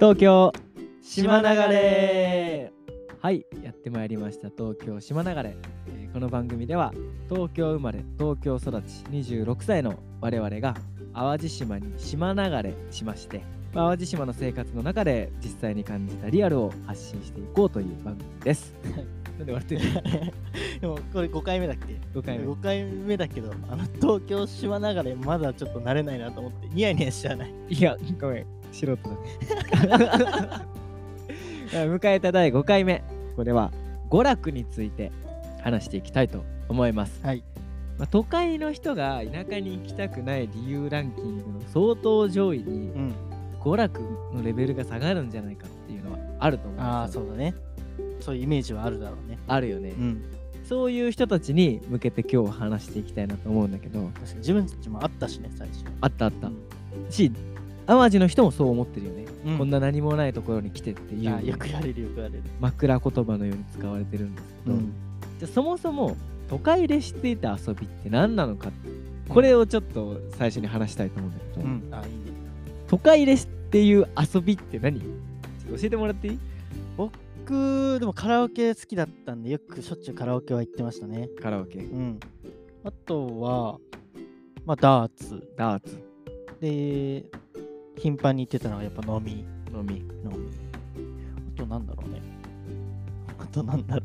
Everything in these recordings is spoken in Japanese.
東京島島流れ流れはいやってまいりました東京島流れ、えーこの番組では東京生まれ東京育ち26歳の我々が淡路島に島流れしましてまあ淡路島の生活の中で実際に感じたリアルを発信していこうという番組です。なんで笑 ってる でもこれ5回目だっけ5回目5回目だけどあの東京島流れまだちょっと慣れないなと思ってニヤニヤしちゃわないいや、ごめん、素人だね。 迎えた第5回目、ここでは娯楽について話していきたいと思います。はいまあ、都会の人が田舎に行きたくない理由ランキングの相当上位にうん娯楽のレベルが下がるんじゃないかっていうのはあると思うんですよああそうだねそういうイメージはあるだろうねあるよね、んそういう人たちに向けて今日は話していきたいなと思うんだけど確かに自分たちもあったしね最初あったあった、うんし淡路の人もそう思ってるよね、うんこんな何もないところに来てっていうあーよく言われるよく言われる枕言葉のように使われてるんですけど、じゃあそもそも都会でしていた遊びって何なのかこれをちょっと最初に話したいと思うんだけど、うんあーいいね都会でっていう遊びって何ちょっと教えてもらっていい僕でもカラオケ好きだったんでよくしょっちゅうカラオケは行ってましたねカラオケうんあとはまあダーツダーツで頻繁に行ってたのはやっぱ飲み飲み飲みあとなんだろうねあとなんだろう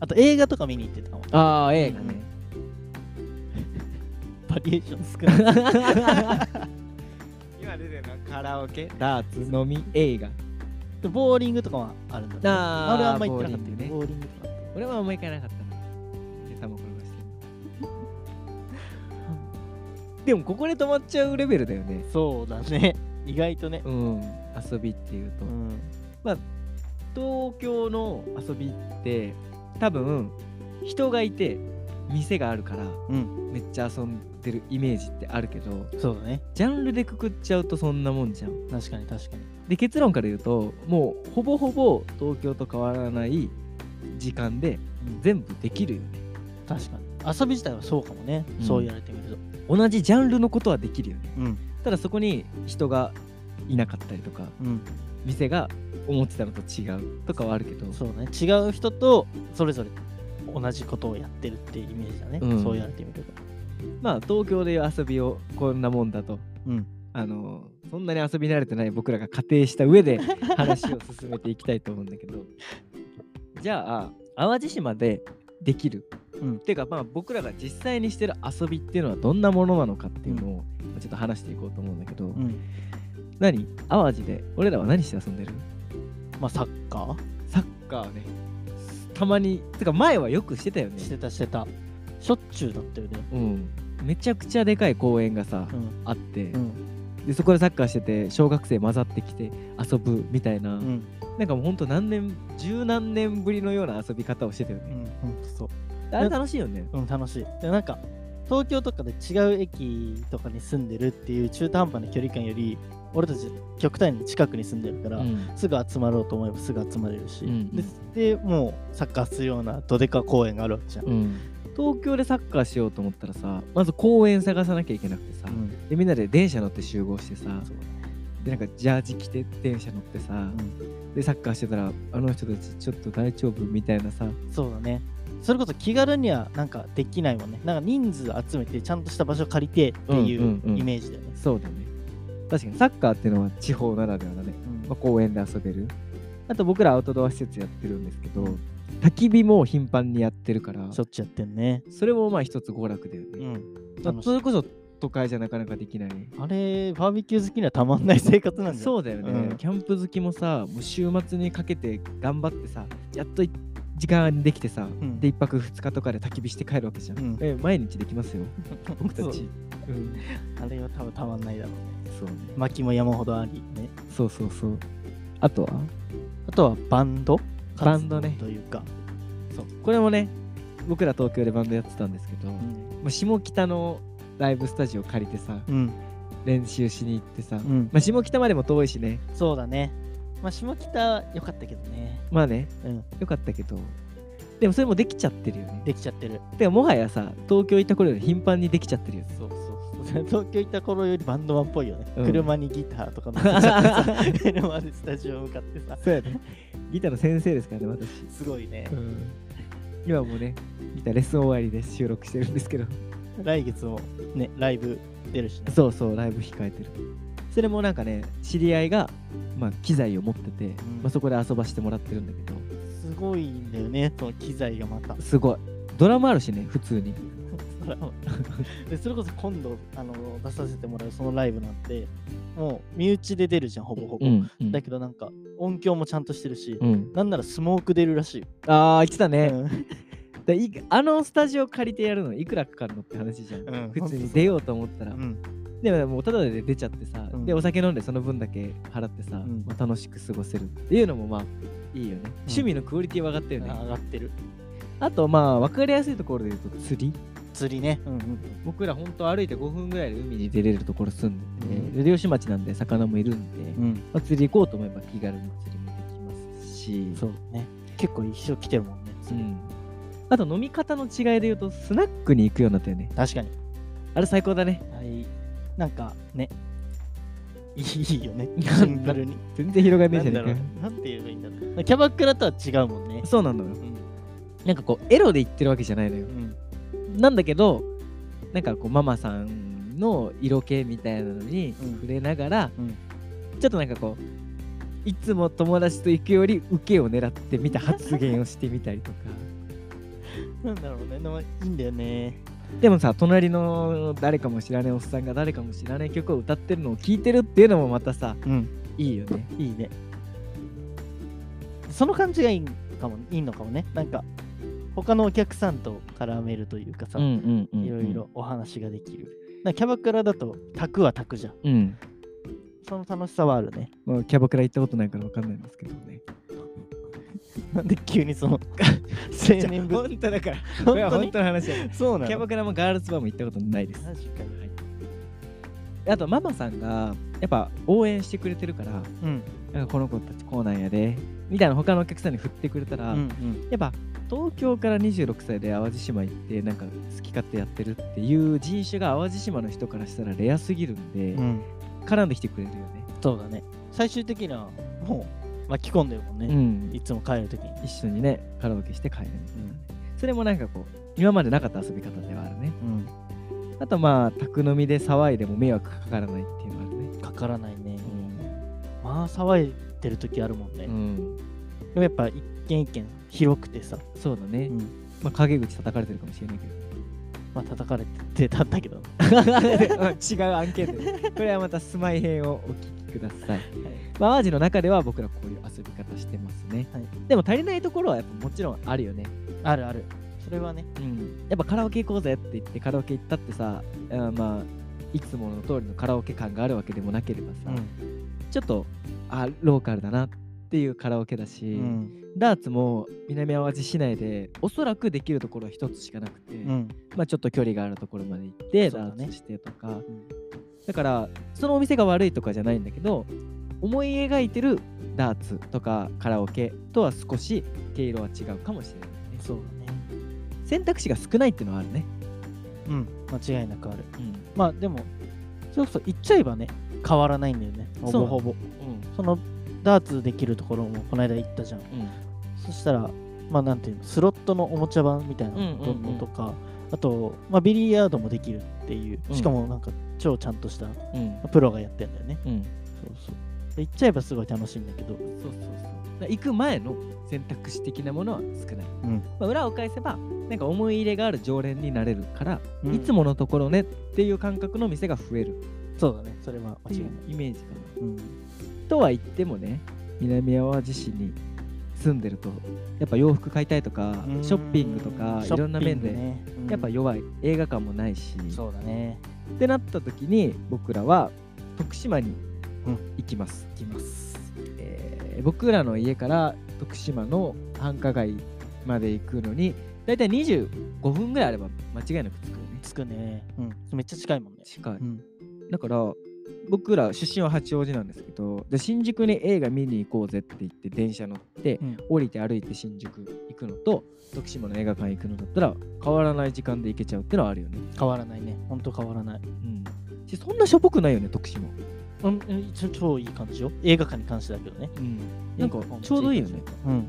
あと映画とか見に行ってたかもああ映画ねバリエーション少ない 今出てるのはカラオケダーツ飲み映画でボーリングとかはあるんだけどあー俺はあんま行ってなかったけどボボーリングとかあっ俺は思いかなかったな今朝も転がしてるでもここで止まっちゃうレベルだよねたそうだね 意外とねうん遊びっていうと、うん東京の遊びって多分人がいて店があるからうんめっちゃ遊んでるイメージってあるけどそうだねジャンルでくくっちゃうとそんなもんじゃん。確かに確かにで結論から言うともうほぼほぼ東京と変わらない時間で全部できるよね。確かに遊び自体はそうかもね、うんそう言われてみると同じジャンルのことはできるよね。うんただそこに人がいなかったりとかうん店が思ってたのと違うとかはあるけどそうだね違う人とそれぞれ同じことをやってるっていうイメージだね、うんそう言われてみるとまあ東京でいう遊びをこんなもんだとうんあのそんなに遊び慣れてない僕らが仮定した 上で話を進めていきたいと思うんだけどじゃあ淡路島でできる、うんっていうかまあ僕らが実際にしてる遊びっていうのはどんなものなのかっていうのをちょっと話していこうと思うんだけど、うん何淡路で俺らは何して遊んでるまあサッカーサッカーねたまにてか前はよくしてたよねしてたしてたしょっちゅうだったよねうんめちゃくちゃでかい公園がさ、うんあって、うんでそこでサッカーしてて小学生混ざってきて遊ぶみたいな、うんなんかもうほんと何年十何年ぶりのような遊び方をしてたようねんほんとそうあれ楽しいよねうん楽しいでなんか東京とかで違う駅とかに住んでるっていう中途半端な距離感より俺たち極端に近くに住んでるから、うんすぐ集まろうと思えばすぐ集まれるし、うんうんででもうサッカーするようなどでか公園があるわけじゃん、東京でサッカーしようと思ったらさまず公園探さなきゃいけなくてさ、うんでみんなで電車乗って集合してさそうでなんかジャージ着て電車乗ってさ、でサッカーしてたらあの人たちちょっと大丈夫みたいなさそうだねそれこそ気軽にはなんかできないもんねなんか人数集めてちゃんとした場所借りてっていんううんうんうイメージだよね、そうだね確かにサッカーっていうのは地方ならではだね、まあ、公園で遊べるあと僕らアウトドア施設やってるんですけど焚き火も頻繁にやってるからしょっちゅうやってんねそれもまあ一つ娯楽だよね、うんまあ楽しいそれこそ都会じゃなかなかできない。あれバーベキュー好きにはたまんない生活なんだよそうだよね、うんキャンプ好きもさ、もう週末にかけて頑張ってさ、やっとい時間できてさ、んで、1泊2日とかで焚き火して帰るわけじゃん。うんえ毎日できますよ、 僕たそうち。うん、あれは多分たまんないだろうねそうね。薪も山ほどありねそうそうそう。あとはあとはバンドバンドね活動というか、そう。これもね、僕ら東京でバンドやってたんですけど、うまんあ、下北のライブスタジオ借りてさ、うん練習しに行ってさ、うんまあ、下北までも遠いしね、そうだねまあ下北良かったけどねまあね、うんよかったけど、でもそれもできちゃってるよね。できちゃってるでももはやさ東京行った頃より頻繁にできちゃってるよねそうそう 東京行った頃よりバンドマンっぽいよね、うん車にギターとか乗って さ車でスタジオ向かってさそうやね。 ギターの先生ですからね、私。すごいね今もね、ギターレッスン終わりで収録してるんですけど。来月もねライブ出るしねそうそう、ライブ控えてる。それもなんかね、知り合いが、まあ、機材を持ってて、まあ、そこで遊ばしてもらってるんだけど、すごいんだよねその機材がまたすごい。ドラマあるしね、普通に。そら でそれこそ今度あの出させてもらうそのライブなんてもう身内で出るじゃんほぼほぼ、ん。だけどなんか音響もちゃんとしてるし、うん、なんならスモーク出るらしいよ、ああ、来たね。うんでいあのスタジオ借りてやるのいくらかかるのって話じゃん、うん普通に出ようと思ったら、うんでももうただで出ちゃってさ、うんでお酒飲んでその分だけ払ってさ、んまあ、楽しく過ごせるっていうのもまあいいよね、趣味のクオリティは上がったよね上がってるあとまあ分かりやすいところで言うと釣り釣りね、僕らほんと歩いて5分ぐらいで海に出れるところ住んでて、うで漁師町なんで魚もいるんで、うんうんまあ、釣り行こうと思えば気軽に釣りもできますしそうね結構一生来てるもんね、釣うりんあと飲み方の違いで言うとスナックに行くようになったよね確かにあれ最高だねはいなんかねいいよねシンプルに全然広がりなねえじんだゃろねうなんて言えばいいんだろうキャバクラとは違うもんねえか、そうなのようんなんかこうエロで言ってるわけじゃないのようんなんだけどなんかこうママさんの色気みたいなのにうん触れながら、うんちょっとなんかこういつも友達と行くより受けを狙ってみた発言をしてみたり とかなんだろうね、でもいいんだよね。でもさ隣の誰かも知らないおっさんが誰かも知らない曲を歌ってるのを聴いてるっていうのもまたさうん、いいよねいいね。その感じがいいんかも、いいのかもね。なんか、他のお客さんと絡めるというかさ、んいろいろお話ができる。なんかキャバクラだと、卓は卓じゃん。うん、その楽しさはあるね。まあ、キャバクラ行ったことないから分かんないんですけどね なんで急にそ の、 青年ぶ本当だからこれ本は当本に当の話だそうなのキャバクラもガールズバーも行ったことないです。確かに。あとママさんがやっぱ応援してくれてるから、うん、なんかこの子たちこうなんやで、みたいな他のお客さんに振ってくれたうら、ん、うん。やっぱ東京から26歳で淡路島行ってなんか好き勝手やってるっていう人種が淡路島の人からしたらレアすぎるんで、うん、絡んできてくれるよね。そうだね。最終的には、もう巻き込んでるもんうね。んい、つも帰るときに。一緒にねカラオケして帰るみたいな、それもなんかこう今までなかった遊び方ではあるね。うん、あとまあ宅飲みで騒いでも迷惑かからないっていうのがあるね。かからないね。まあ騒いでる時あるもんね、うん、でもやっぱ一軒一軒広くてさ、そうだね。うんまあ、陰口叩かれてるかもしれないけど。まあ叩かれてたんだけど、違うアンケートでこれはまた住まい編をお聞きください、まあ、淡路の中では僕らこういう遊び方してますね、はいでも足りないところはやっぱもちろんあるよね、あるあるそれはねうん、やっぱカラオケ行こうぜって言ってカラオケ行ったってさあーまあいつもの通りのカラオケ感があるわけでもなければさ、ちょっとあローカルだなっていうカラオケだし、うんダーツも南淡路市内でおそらくできるところは一つしかなくて、うんまあ、ちょっと距離があるところまで行って、そうダだねーツしてとかんだからそのお店が悪いとかじゃないんだけど思い描いてるダーツとかカラオケとは少し毛色は違うかもしれないねそうだね選択肢が少ないっていうのはあるね、うん間違いなくあるまあでもそうそう行っちゃえばね変わらないんだよねほぼほぼそのダーツできるところもこの間行ったじゃんそしたらまあなんていうのスロットのおもちゃ版みたいなうんうんうんのとか、あと、まあ、ビリヤードもできるっていううんしかもなんか超ちゃんとしたプロがやってんだよねそうそうで行っちゃえばすごい楽しいんだけどそうそうそうだから行く前の選択肢的なものは少ない、うんまあ、裏を返せばなんか思い入れがある常連になれるから、うんいつものところねっていう感覚の店が増えるっそうだねそれは間て違いいなうい、イメージかなうん、とは言ってもね南淡路市に住んでるとやっぱ洋服買いたいとかショッピングとかいろんな面で、ショッピングねうんやっぱ弱い映画館もないしっそうだねてなった時に僕らは徳島にうん行きます、行きますえー僕らの家から徳島の繁華街まで行くのにだいたい25分ぐらいあれば間違いなく着くよねつくね、うん、めっちゃ近いもんね、近いうん、だから僕ら出身は八王子なんですけどで新宿に映画見に行こうぜって言って電車乗って、うん降りて歩いて新宿行くのと徳島の映画館行くのだったら変わらない時間で行けちゃうってのはあるよね、変わらないねほんと変わらないうん、しそんなしょぼくないよね徳島、うん、うん一応超いい感じよ。映画館に関してだけどね。うん、なんか映画館もちょうどいいよねうん。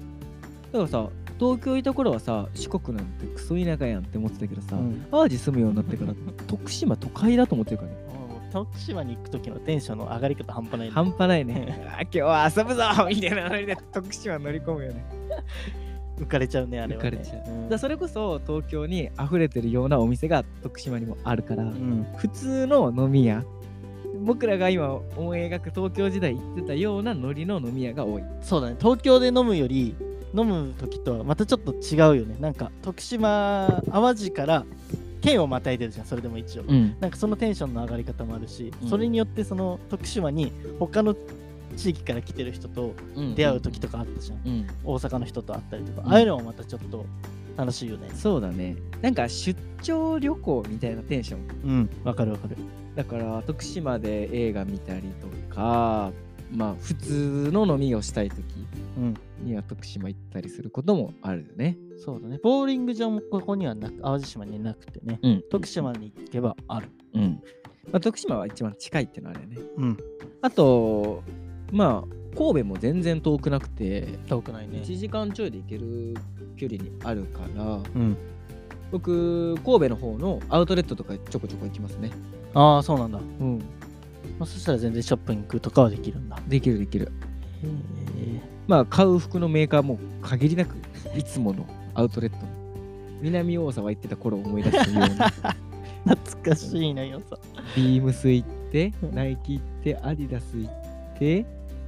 だからさ東京いた頃はさ四国なんてクソ田舎やんって思ってたけどさ、うん淡路住むようになってから 徳島都会だと思ってるからね徳島に行く時のテンションの上がり方半端ないね、半端ないね あ今日は遊ぶぞみたいなノリで徳島乗り込むよね浮かれちゃうね、あれは、ね。浮かれちゃうんだからそれこそ東京に溢れてるようなお店が徳島にもあるから、うん。普通の飲み屋僕らが今思い描く東京時代行ってたようなノリの飲み屋が多いそうだね。東京で飲むより、飲む時とはまたちょっと違うよね。なんか、徳島、淡路から県をまたいでるじゃん、それでも一応。うんなんかそのテンションの上がり方もあるし、うんそれによってその徳島に他の地域から来てる人と出会う時とかあったじゃん、うん大阪の人と会ったりとか、うんああいうのもまたちょっと楽しいよねそうだねなんか出張旅行みたいなテンションうんわかるわかるだから徳島で映画見たりとかまあ普通の飲みをしたい時うんには徳島行ったりすることもあるよね。そうだねボーリング場もここにはなく淡路島になくてねうん、徳島に行けばあるうんまあ、徳島は一番近いっていうのはあれね。うんあとまあ神戸も全然遠くなくて遠くないね1時間ちょいで行ける距離にあるからうん僕神戸の方のアウトレットとかちょこちょこ行きますね。ああそうなんだ、まうん、あ、そしたら全然ショップに行くとかはできるんだへできるできる。えまあ買う服のメーカーも限りなくいつものアウトレット南大沢行ってた頃を思い出すよ うな懐かしいなよさビームス行ってナイキ行ってアディダス行って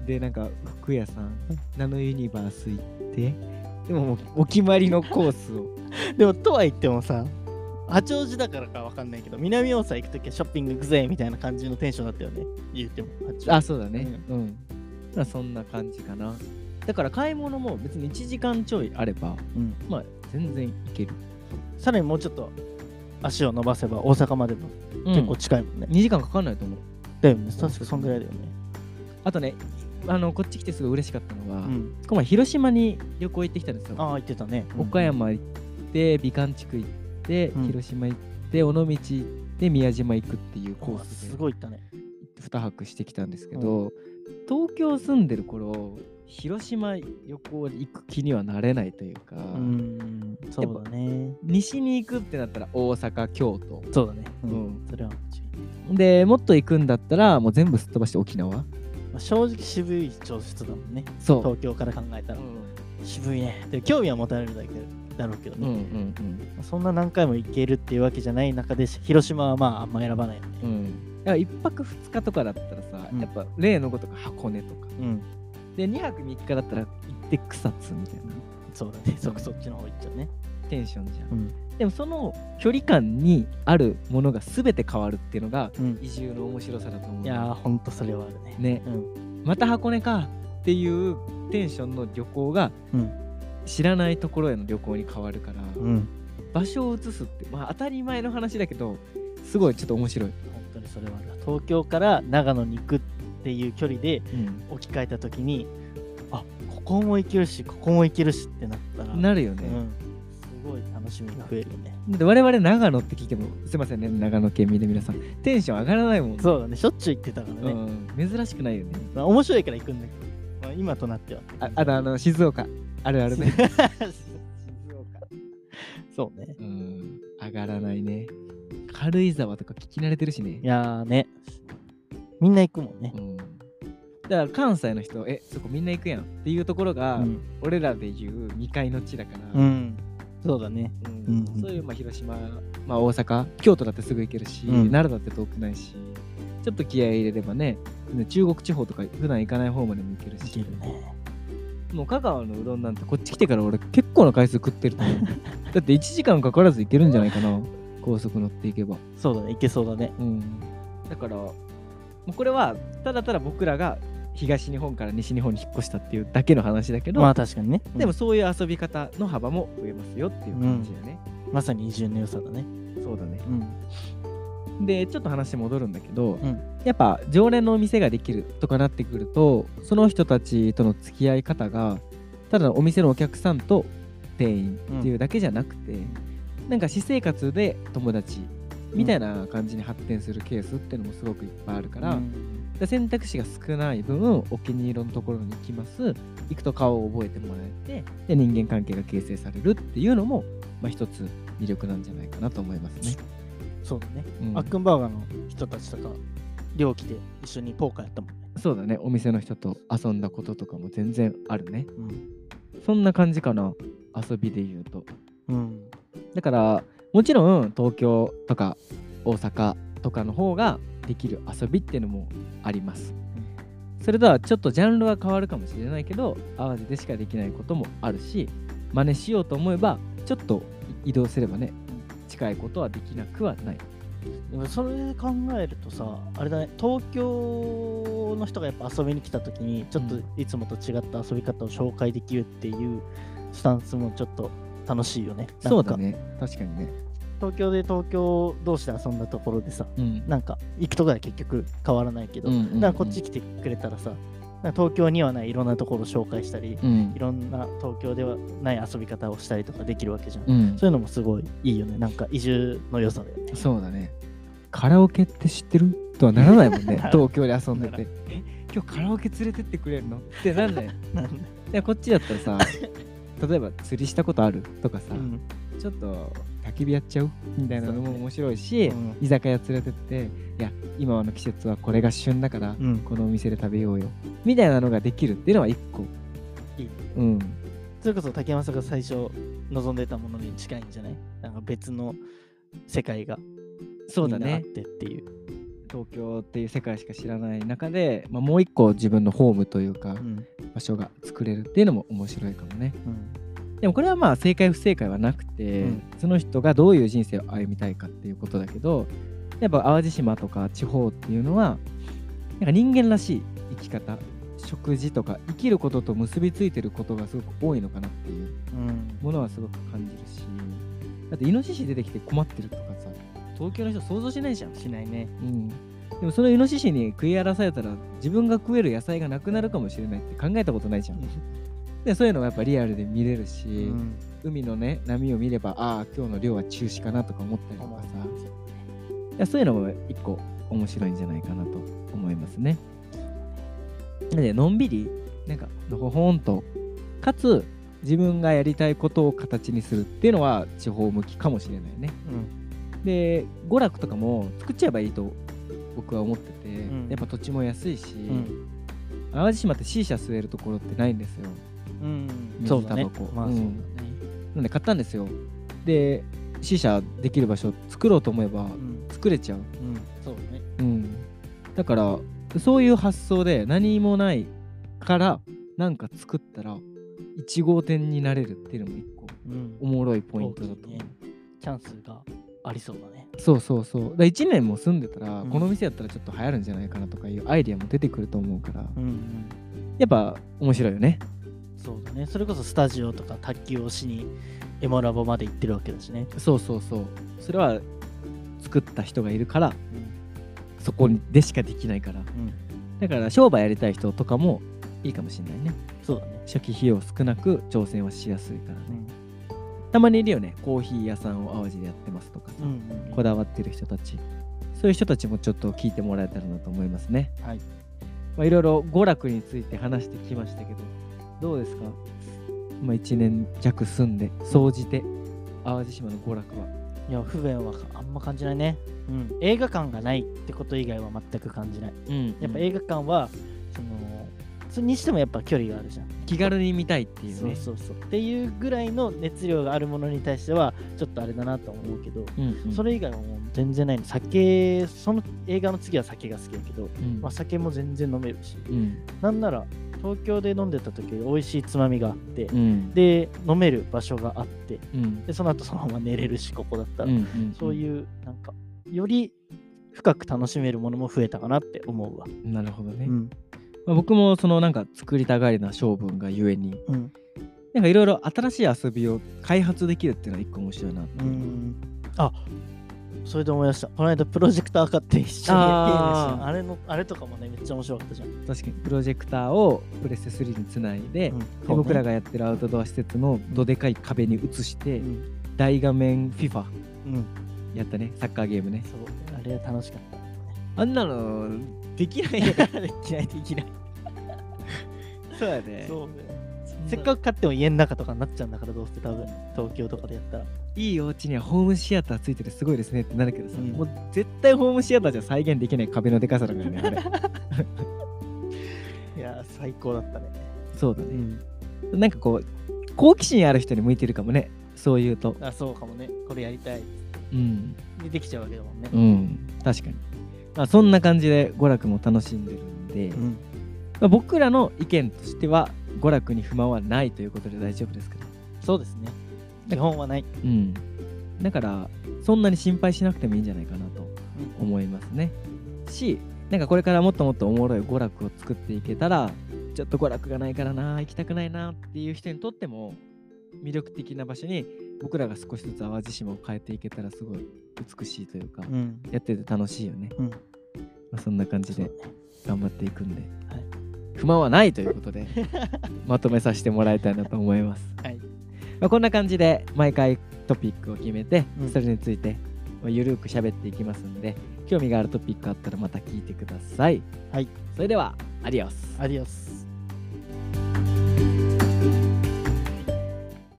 でなんか服屋さんナノユニバース行ってでももうお決まりのコースをでもとは言ってもさ八王子だからかわかんないけど南大沢行く時はショッピング行くぜみたいな感じのテンションだったよね言っても八王あそうだねうん、まあそんな感じかなだから買い物も別に1時間ちょいあればうん、まあ全然いける、さらにもうちょっと足を伸ばせば大阪までも結結構構近いもんね、 2時間かかんないと思うだよね確かそんぐらいだよねあとねあのこっち来てすごい嬉しかったのは、うんこの前広島に旅行行ってきたんですああよ。言ってたね、岡山行って美観地区行って、うん広島行って尾道行って宮島行くっていうこコうースすでごい行ったね2泊してきたんですけど、東京住んでる頃広島旅行行く気にはなれないというか、うんそうだね西に行くってなったら大阪京都そうだねうん、うんそれは間違いないでもっと行くんだったらもう全部すっ飛ばして沖縄まあ正直渋い調子だもんねそう。東京から考えたうら、ん渋いねで興味は持たれるだけだろうけどね、うんうんそんな何回も行けるっていうわけじゃない中で広島はまああんま選ばないよねうんうんだから1泊2日とかだったらさ、うんやっぱ例のごとく箱根とかうんで2泊3日だったら行って草津みたいなそうだねそそっちの方行っちゃうねテンションじゃん、うんでもその距離感にあるものが全て変わるっていうのがうん移住の面白さだと思ういやーほんとそれはあるねねうんまた箱根かっていうテンションの旅行がうん知らないところへの旅行に変わるから、うん場所を移すってまあ当たり前の話だけどすごいちょっと面白い、本当にそれはある東京から長野に行くっていう距離で置き換えた時にあここも行けるしここも行けるしってなったらなるようね、んすごい楽しみが増えるよねで我々長野って聞いてもすいませんね長野県民で皆さんテンション上がらないもんそうだねしょっちゅう行ってたからね、うん、珍しくないよねまあ、面白いから行くんだけど、まあ、今となってはああとあの静岡あるあ るねそうねうん上がらないね軽井沢とか聞き慣れてるしねいやーねみんな行くもんねう、ん、だから関西の人えそこみんな行くやんっていうところが、うん俺らでいう未開の地だから、うん、そうだね。うんうんそういう、まあ、広島、まあ、大阪京都だってすぐ行けるし、うん奈良だって遠くないしちょっと気合い入れればね中国地方とか普段行かない方までも行けるいしけるね。もう香川のうどんなんてこっち来てから俺結構な回数食ってると思う だって1時間かからず行けるんじゃないかな高速乗っていけばそうだね、いけそうだね。うんだからもうこれはただただ僕らが東日本から西日本に引っ越したっていうだけの話だけど、まあ確かにね。でも、そういう遊び方の幅も増えますよっていう感じだね、まさに移住の良さだね。そうだねうん。でちょっと話戻るんだけど、うんやっぱ常連のお店ができるとかなってくるとその人たちとの付き合い方がただお店のお客さんと店員っていうだけじゃなくて、なんか私生活で友達みたいな感じに発展するケースっていうのもすごくいっぱいあるから、うんで選択肢が少ない分お気に入りのところに行きます行くと顔を覚えてもらえてで人間関係が形成されるっていうのも、まあ、一つ魅力なんじゃないかなと思いますね。そうだね、うんアックンバーガーの人たちとか猟奇で一緒にポーカーやったもんね、そうだねお店の人と遊んだこととかも全然あるね。うんそんな感じかな遊びで言うと。うんだからもちろん東京とか大阪とかの方ができる遊びっていうのもあります。それとはちょっとジャンルは変わるかもしれないけど淡路でしかできないこともあるし真似しようと思えばちょっと移動すればね近いことはできなくはない。でもそれで考えるとさあれだね東京の人がやっぱ遊びに来た時にちょっとうんいつもと違った遊び方を紹介できるっていうスタンスもちょっと楽しいよねなんかそうだね確かにね。東京で東京同士で遊んだところでさうんなんか行くとこは結局変わらないけど、うんうんうんだからこっち来てくれたらさなんか東京にはないいろんなところを紹介したりうんいろんな東京ではない遊び方をしたりとかできるわけじゃん、うんそういうのもすごいいいよねなんか移住の良さだよねそうだね。カラオケって知ってるとはならないもん ね なら東京で遊んでて。え今日カラオケ連れてってくれるのってなんだよ。でこっちだったらさ 例えば釣りしたことあるとかさ、うんちょっと焚き火やっちゃうみたいなのも面白いし、うん居酒屋連れてっていや今の季節はこれが旬だから、うんこのお店で食べようよみたいなのができるっていうのは一個いいねうんそれこそ竹山さんが最初望んでたものに近いんじゃないなんか別の世界がそうだみんなあっねてっていう東京っていう世界しか知らない中で、まあ、もう一個自分のホームというかうん場所が作れるっていうのも面白いかもねうんでもこれはまあ正解不正解はなくて、うんその人がどういう人生を歩みたいかっていうことだけどやっぱ淡路島とか地方っていうのはなんか人間らしい生き方食事とか生きることと結びついてることがすごく多いのかなっていううんものはすごく感じるしだってイノシシ出てきて困ってるとかさ東京の人想像しないじゃん、しないねうん、でもそのイノシシに食い荒らされたら自分が食える野菜がなくなるかもしれないって考えたことないじゃんでそういうのがやっぱリアルで見れるし、うん海のね波を見ればああ今日の漁は中止かなとか思ったりとかさいやそういうのも一個面白いんじゃないかなと思いますね。なのでのんびりなんかのほほんとかつ自分がやりたいことを形にするっていうのは地方向きかもしれないね。うんで娯楽とかも作っちゃえばいいと僕は思ってて、んやっぱ土地も安いし、うん淡路島って C 社吸えるところってないんですよ。うん水そうだねタバコまあうそんうだねなんで買ったんですよ。で C 社できる場所作ろうと思えばうん作れちゃう。うんそうだねうん、だからそういう発想で何もないからなんか作ったら1号店になれるっていうのも一個うんおもろいポイントだと思う、大きいねチャンスがありそうだねそうそうそうだから1年も住んでたら、うんこの店やったらちょっと流行るんじゃないかなとかいうアイディアも出てくると思うから、うんうんやっぱ面白いよねそうだねそれこそスタジオとか卓球をしにエモラボまで行ってるわけだしね、そうそうそうそれは作った人がいるからそこでしかできないからうんだから商売やりたい人とかもいいかもしれないねそうだね、初期費用少なく挑戦はしやすいからねたまにいるよねコーヒー屋さんを淡路でやってますとかさ、うんうんこだわってる人たちそういう人たちもちょっと聞いてもらえたらなと思いますねはいまあいろいろ娯楽について話してきましたけどどうですか、まあ、1年弱住んで総じて淡路島の娯楽はいや不便はあんま感じないね、うん、映画館がないってこと以外は全く感じないやっぱ映画館は、そのそれにしてもやっぱ距離があるじゃん気軽に見たいっていうそねうそうそうっていうぐらいの熱量があるものに対してはちょっとあれだなとは思うけど、うんうんそれ以外はもう全然ないの酒その映画の次は酒が好きだけど、うんまあ、酒も全然飲めるしうんなんなら東京で飲んでた時より美味しいつまみがあって、うんで飲める場所があってうんでその後そのまま寝れるしここだったうら、んうんそういうなんかより深く楽しめるものも増えたかなって思うわ、なるほどね、うんまあ、僕もそのなんか作りたがりな性分がゆえにうんなんかいろいろ新しい遊びを開発できるっていうのは一個面白いなってう、いうんあそれで思い出したこの間プロジェクター買って一緒にやってるあしーあれのあれとかもねめっちゃ面白かったじゃん、確かにプロジェクターをプレステ3につないで,で、うん僕らが、がやってるアウトドア施設のどでかい壁に移して、うん大画面 FIFA うんやったねサッカーゲームねそうあれは楽しかったあんなのできないよできないできないそうだねそうせっかく買っても家の中とかになっちゃうんだからどうせ多分東京とかでやったらいいお家にはホームシアターついててすごいですねってなるけどさ、うんもう絶対ホームシアターじゃ再現できない壁のでかさだからねあれいやー最高だったねそうだうねんなんかこう好奇心ある人に向いてるかもねそういうとあそうかもねこれやりたいうんでできちゃうわけだもんねうん確かに、まあ、そんな感じで娯楽も楽しんでるんで、うんまあ、僕らの意見としては娯楽に不満はないということで大丈夫ですけどそうですね基本はないうんだからそんなに心配しなくてもいいんじゃないかなと思いますねしなんかこれからもっともっとおもろい娯楽を作っていけたらちょっと娯楽がないからな行きたくないなっていう人にとっても魅力的な場所に僕らが少しずつ淡路島を変えていけたらすごい美しいというか、うんやってて楽しいよね、うんまあ、そんな感じそうで頑張っていくんで、はい不満はないということ でまとめさせてもらいたいなと思います、はいまあ、こんな感じで毎回トピックを決めて、うんそれについてまあゆるーく喋っていきますんで興味があるトピックあったらまた聞いてください、はい、それではアディオスアディオス